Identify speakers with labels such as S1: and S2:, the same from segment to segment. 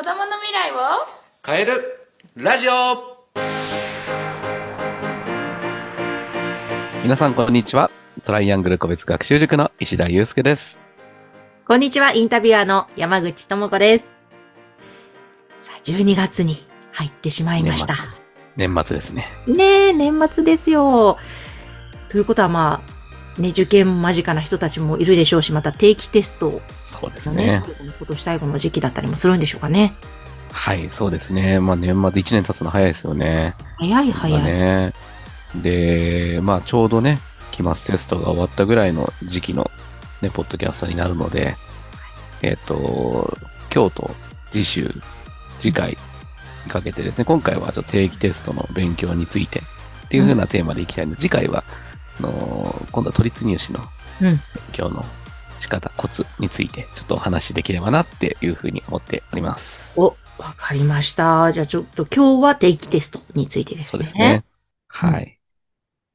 S1: 未来を
S2: 変えるラジオ
S3: 皆さんこんにちは。トライアングル個別学習塾の石田祐介です。
S1: こんにちは、インタビュアーの山口智子です。さあ、12月に入ってしまいました。
S3: 年末ですね。
S1: ねえ、年末ですよ。ということはまあ、ね、受験間近な人たちもいるでしょうし、また定期テスト
S3: そうです
S1: のね
S3: ね、。
S1: 今年最後の時期だったりもするんでしょうかね。
S3: はい、そうですね。まあ年末1年経つの早いですよね。
S1: 早い早い。
S3: 今ね。で、まあちょうどね、期末テストが終わったぐらいの時期のね、ポッドキャストになるので、えっ、と、今日と次週、次回にかけてですね、今回はちょっと定期テストの勉強についてっていう風なテーマでいきたいので、次回は、あのー今度は都立入試の
S1: うん。
S3: 今日の仕方、コツについて、ちょっとお話しできればなっていうふうに思っております。
S1: お、わかりました。じゃあちょっと今日は定期テストについてです
S3: そう
S1: ね。
S3: ですね。はい。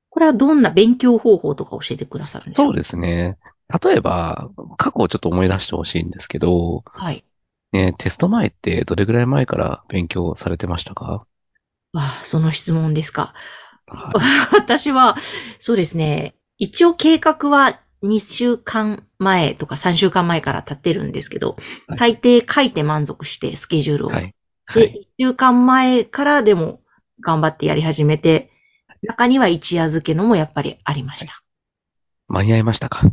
S1: これはどんな勉強方法とか教えてくださるんですか
S3: そうですね。例えば、過去をちょっと思い出してほしいんですけど、
S1: はい。
S3: ね、テスト前ってどれぐらい前から勉強されてましたか
S1: ああ、その質問ですか。
S3: はい。
S1: 私は、そうですね。一応計画は2週間前とか3週間前から立ってるんですけど、
S3: は
S1: 大抵書いて満足して、スケジュールを。
S3: はい。は
S1: で
S3: い。、
S1: 1週間前からでも頑張ってやり始めて、中には一夜漬けのもやっぱりありました。
S3: 間に合いましたか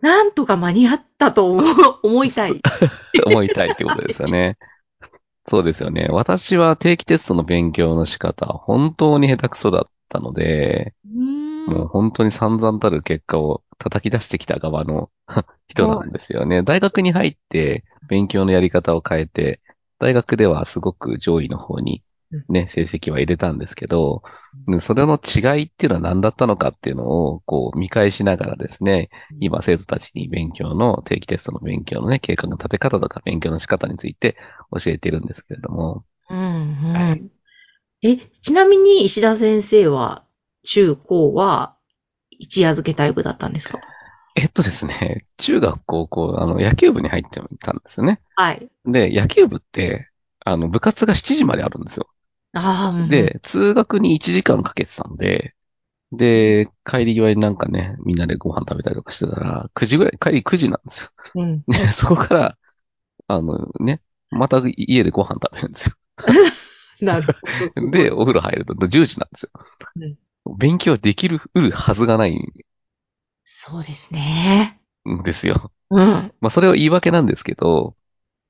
S1: なんとか間に合ったと思う 思いたい。
S3: 思いたいってことですよ ね。そうですよね。私は定期テストの勉強の仕方、本当に下手くそだったので、
S1: うー
S3: もうん本当に散々たる結果を叩き出してきた側の 人なんですよね。大学に入って勉強のやり方を変えて、大学ではすごく上位の方にね、成績は入れたんですけど、うんそれの違いっていうのは何だったのかっていうのをこう見返しながらですね、 今生徒たちに勉強の、定期テストの勉強のね、計画の立て方とか勉強の仕方について教えているんですけれども、
S1: うんうん
S3: はい
S1: え、ちなみに石田先生は、中高は一夜漬けタイプだったんですか
S3: えっとですね、中学高校、あの、野球部に入ってたんですよね。
S1: はい。
S3: で、野球部って、あの、部活が7時まであるんですよ。
S1: ああ、うんうん、
S3: で、通学に1時間かけてたんで、で、帰り際になんかね、みんなでご飯食べたりとかしてたら、9時ぐらい、帰り9時なんですよ。
S1: うん。
S3: で、そこから、あのね、また家でご飯食べるんです
S1: なるほ
S3: よ。で、お風呂入ると10時なんですよ。勉強できる、うるはずがない
S1: そうですね。
S3: んですよ。
S1: うん。
S3: まあ、それは言い訳なんですけど、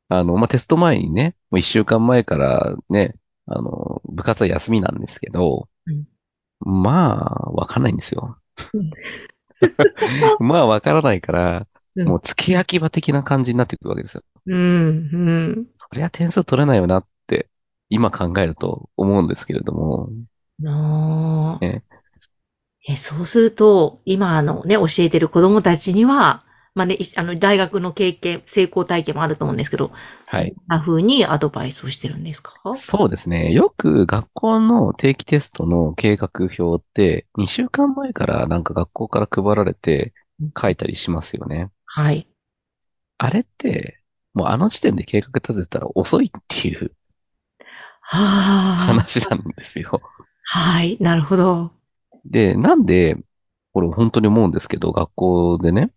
S3: あの、まあ、テスト前にね、もう一週間前からね、あの、部活は休みなんですけど、
S1: うん
S3: まあ、わかんないんですよ。 まあ、わからないから、
S1: うん
S3: もう、付け焼き場的な感じになってくるわけですよ。
S1: うん、
S3: そりゃ点数取れないよなって、今考えると思うんですけれども、
S1: うん。なあ
S3: ね
S1: え、そうすると、今あのね、教えてる子供たちには、まあね、いあの、大学の経験、成功体験もあると思うんですけど、どん
S3: はい。
S1: な風にアドバイスをしてるんですか
S3: そうですね。よく学校の定期テストの計画表って、2週間前からなんか学校から配られて書いたりしますよね。
S1: はい。
S3: あれって、もうあの時点で計画立てたら遅いっていう
S1: はあ。
S3: 話なんですよ。
S1: はい、なるほど。
S3: で、なんで、これ本当に思うんですけど、学校でね、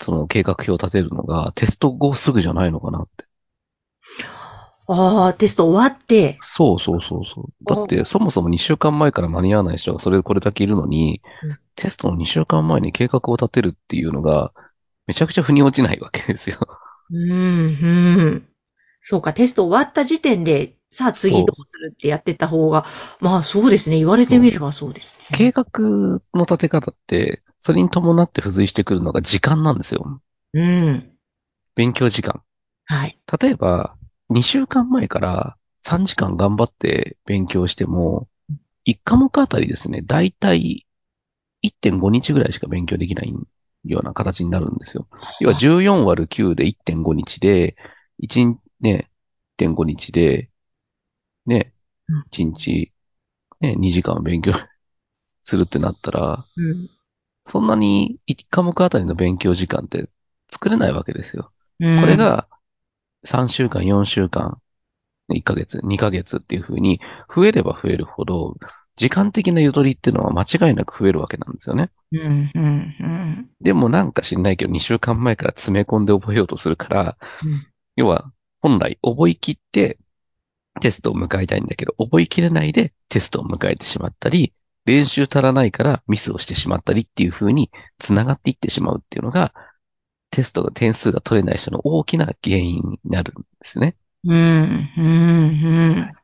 S3: その計画表を立てるのがテスト後すぐじゃないのかなって。
S1: ああ、テスト終わって、
S3: そうそうそうそう。だってそもそも2週間前から間に合わない人がそれこれだけいるのに
S1: うん、
S3: テストの2週間前に計画を立てるっていうのが、めちゃくちゃ腑に落ちないわけですよ。
S1: うん、うん。そうか、テスト終わった時点で、さあ次どうするってやってた方が、まあそうですね、言われてみればそうですね。
S3: 計画の立て方って、それに伴って付随してくるのが時間なんですよ。
S1: うん。
S3: 勉強時間。
S1: はい。
S3: 例えば、2週間前から3時間頑張って勉強しても、1科目あたりですね、だいたい1.5日ぐらいしか勉強できないような形になるんですよ。要は14割る9で1.5日で、1日、ね、1.5日で、ね
S1: うん、
S3: 1日、ね、2時間勉強するってなったら、
S1: うん。
S3: そんなに1科目あたりの勉強時間って作れないわけですよ。
S1: うん
S3: これ、が3週間、4週間、1ヶ月、2ヶ月っていう風に、増えれば増えるほど、時間的なゆとりっていうのは間違いなく増えるわけなんですよね。
S1: うん、うん、うん。
S3: でもなんか知んないけど、2週間前から詰め込んで覚えようとするから、
S1: うん
S3: 要は、本来覚えきってテストを迎えたいんだけど、覚えきれないでテストを迎えてしまったり、練習足らないからミスをしてしまったりっていう風に繋がっていってしまうっていうのが、テストが点数が取れない人の大きな原因になるんですね。
S1: うん、うん、うん。なる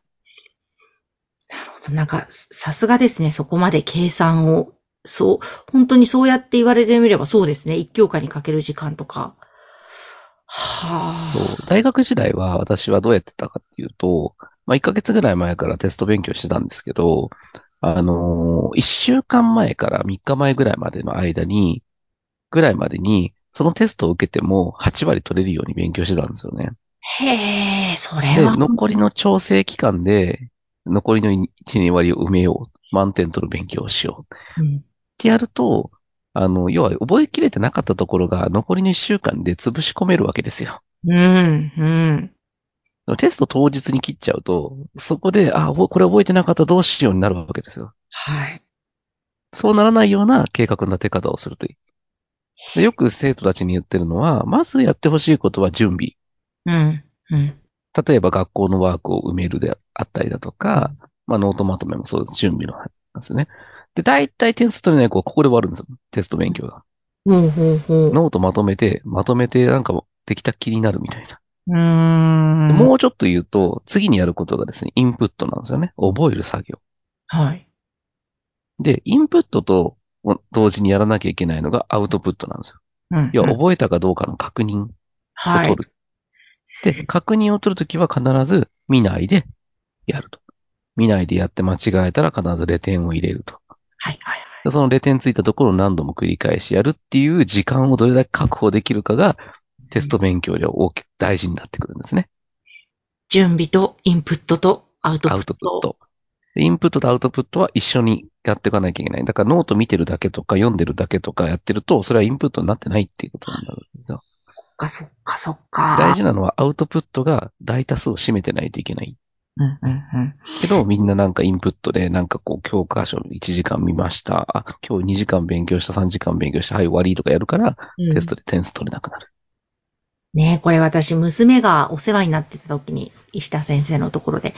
S1: ほど。なんか、さすがですね。そこまで計算を。そう、本当にそうやって言われてみればそうですね。一教科にかける時間とか。は
S3: そう
S1: あ。
S3: 大学時代は私はどうやってたかっていうと、まあ、1ヶ月ぐらい前からテスト勉強してたんですけど、あのー、1週間前から3日前ぐらいまでの間に、ぐらいまでに、そのテストを受けても8割取れるように勉強してたんですよね。
S1: へえ、それ
S3: で、
S1: は。
S3: 残りの調整期間で、残りの1、2割を埋めよう。満点取る勉強をしよう。
S1: うん
S3: ってやると、あの、要は覚えきれてなかったところが残りの1週間で潰し込めるわけですよ。
S1: うん、うん。
S3: テスト当日に切っちゃうと、そこで、あ、おこれ覚えてなかったどうしようになるわけですよ。
S1: はい。
S3: そうならないような計画の立て方をするといい。でよく生徒たちに言ってるのは、まずやってほしいことは準備。
S1: うん、うん。
S3: 例えば学校のワークを埋めるであったりだとか、まあノートまとめもそうです。準備の話ですね。で、大体点数取れない子はここで終わるんですよ。テスト勉強が。
S1: ほうほうほう。
S3: ノートまとめて、まとめてなんかできた気になるみたいな。
S1: うーん。
S3: でもうちょっと言うと、次にやることがですね、インプットなんですよね。覚える作業。
S1: はい。
S3: で、インプットと同時にやらなきゃいけないのがアウトプットなんですよ。
S1: うん。
S3: 要は
S1: うん
S3: 覚えたかどうかの確認を
S1: は
S3: 取
S1: い。
S3: る。で、確認を取るときは必ず見ないでやると。見ないでやって間違えたら必ず0点を入れると。
S1: はい、はい、
S3: でその0点ついたところを何度も繰り返しやるっていう時間をどれだけ確保できるかがテスト勉強では大きく大事になってくるんですね。
S1: 準備とインプットとアウトプ
S3: ア
S1: ッ
S3: ウト
S1: ト。
S3: プット。でインプットとアウトプットは一緒にやっていかなきゃいけない。だからノート見てるだけとか読んでるだけとかやってると、それはインプットになってないっていうことになるんですよ。
S1: そっか、そっか、そっか。
S3: 大事なのはアウトプットが大多数を占めてないといけない。
S1: うん、うん、うん。
S3: けど、みんななんかインプットで、なんかこう、教科書1時間見ました。あ、今日2時間勉強した、3時間勉強した、はい、終わりとかやるから、
S1: うん
S3: テストで点数取れなくなる。
S1: ねえ、これ私、娘がお世話になってた時に、石田先生のところで、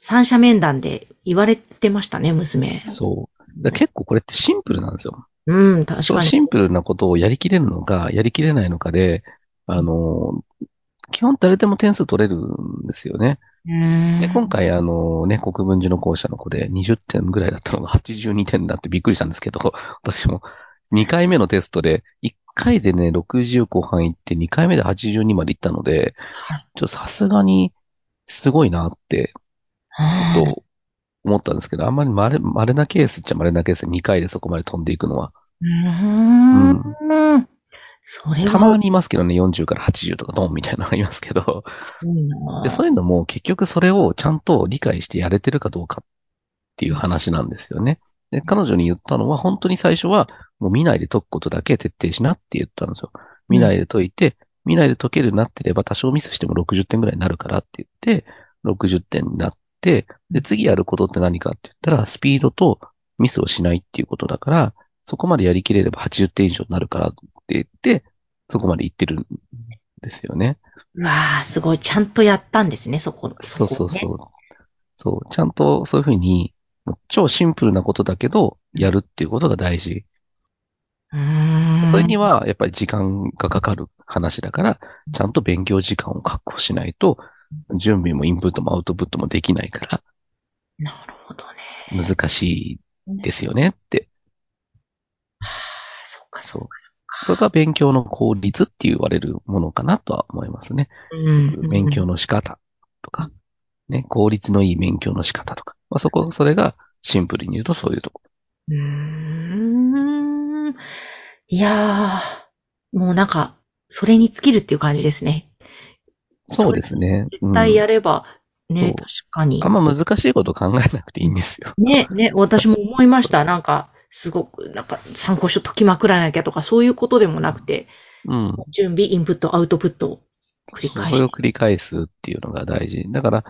S1: 三者面談で言われてましたね、娘。
S3: そう。だから結構これってシンプルなんですよ。
S1: うん、確かに。
S3: シンプルなことをやりきれるのか、やりきれないのかで、あの、基本誰でも点数取れるんですよね。で、今回あのね、国分寺の校舎の子で20点ぐらいだったのが82点だってびっくりしたんですけど、私も2回目のテストで、1回でね、60後半行って2回目で82まで行ったので、ちょっとさすがにすごいなって、
S1: 回
S3: と思ったんですけど、あんまり稀稀なケースっちゃ稀なケースで2回でそこまで飛んでいくのは、
S1: うーん。それは、
S3: たまにいますけどね、40から80とかドンみたいなのありますけど、
S1: いいな
S3: でそういうのも結局それをちゃんと理解してやれてるかどうかっていう話なんですよね。で、彼女に言ったのは、本当に最初は、もう見ないで解くことだけ徹底しなって言ったんですよ。見ないで解いて、見ないで解けるようになってれば、多少ミスしても60点ぐらいになるからって言って、60点になって、で、次やることって何かって言ったら、スピードとミスをしないっていうことだから、そこまでやりきれれば80点以上になるからって言って、そこまで行ってるんですよね。
S1: うわあ、すごい。ちゃんとやったんですね、そこ。
S3: そうそう
S1: こね
S3: そう。そう。ちゃんとそういうふうに、もう超シンプルなことだけど、やるっていうことが大事。
S1: うーん。
S3: それには、やっぱり時間がかかる話だから、ちゃんと勉強時間を確保しないと、準備もインプットもアウトプットもできないから、
S1: なるほどね。
S3: 難しいですよねって。
S1: そっか、そっか、そ
S3: そ
S1: っ
S3: れ
S1: か。
S3: が勉強の効率って言われるものかなとは思いますね。
S1: うん
S3: 勉強の仕方とか、ね、効率のいい勉強の仕方とか。まあ、そこ、それがシンプルに言うとそういうとこ。
S1: うーん。いやー、もうなんか、それに尽きるっていう感じですね。
S3: そうですね。
S1: 絶対やれば、
S3: そ
S1: ね
S3: う、
S1: 確かに
S3: あ。んま難しいこと考えなくていいんですよ。
S1: ね、ね、私も思いました。なんか、すごく、なんか、参考書解きまくらなきゃとか、そういうことでもなくて、
S3: うん。
S1: 準備、インプット、アウトプット繰り返
S3: それ
S1: し
S3: を。繰り返すっていうのが大事。だから、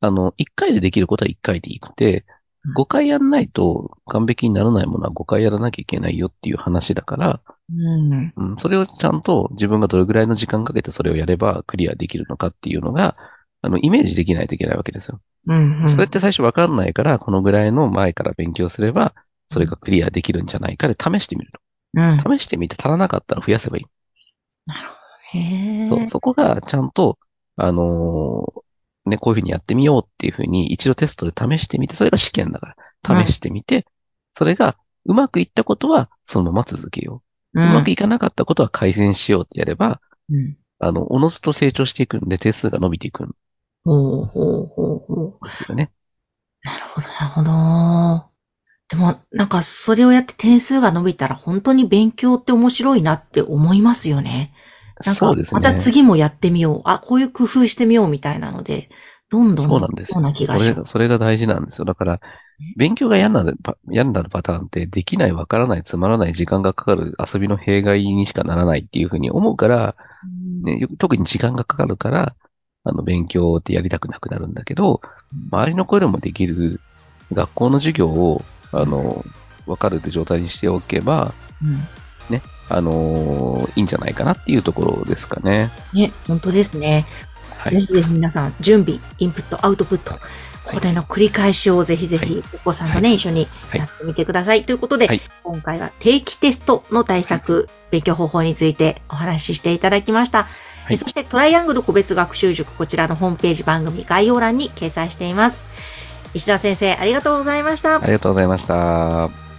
S3: あの、1回でできることは1回でいいくて
S1: うん、
S3: 5回やんないと完璧にならないものは5回やらなきゃいけないよっていう話だから、
S1: うん。
S3: うん、それをちゃんと自分がどれぐらいの時間かけてそれをやればクリアできるのかっていうのが、あの、イメージできないといけないわけですよ。
S1: うん。うん
S3: それっ、て最初わかんないから、このぐらいの前から勉強すれば、それがクリアできるんじゃないかで試してみる
S1: うん。
S3: と。試してみて足らなかったら増やせばいい。
S1: へえ。
S3: そう、そこがちゃんと、あのーね、こういうふうにやってみようっていうふうに、一度テストで試してみて、それが試験だから、試してみて、それがうまくいったことはそのまま続けよ
S1: う。
S3: う。うんまくいかなかったことは改善しようってやれば、
S1: うん。
S3: あの、おのずと成長していくんで、定数が伸びていくんで
S1: ほうほうほうほう。
S3: すよね。
S1: なるほど、なるほど。でも、なんか、それをやって点数が伸びたら、本当に勉強って面白いなって思いますよね。なん
S3: そ
S1: か
S3: うです、ね。
S1: また次もやってみよう。あ、こういう工夫してみようみたいなので、どんどん、
S3: そうなんです
S1: そうな気
S3: そ
S1: がし
S3: れ
S1: ます。
S3: が、それが大事なんですよ。だから、勉強が嫌になるパ、嫌になるパターンって、できない、わからない、つまらない、時間がかかる遊びの弊害にしかならないっていうふうに思うから、ね、よ特に時間がかかるから、あの、勉強ってやりたくなくなるんだけど、周りの声でもできる学校の授業を、あの、わかるって状態にしておけば、
S1: うん
S3: あのいいんじゃないかなっていうところですかね。
S1: ね、本当ですね。
S3: はい。
S1: ぜひぜひ皆さん、準備、インプット、アウトプット、これの繰り返しをぜひぜひ、お子さんとね、
S3: はい
S1: 一緒にやってみてください。ということで、
S3: はい
S1: 今回は定期テストの対策、勉強方法についてお話ししていただきました。
S3: はい
S1: えそして、トライアングル個別学習塾、こちらのホームページ番組概要欄に掲載しています。石田先生、ありがとうございました。
S3: ありがとうございました。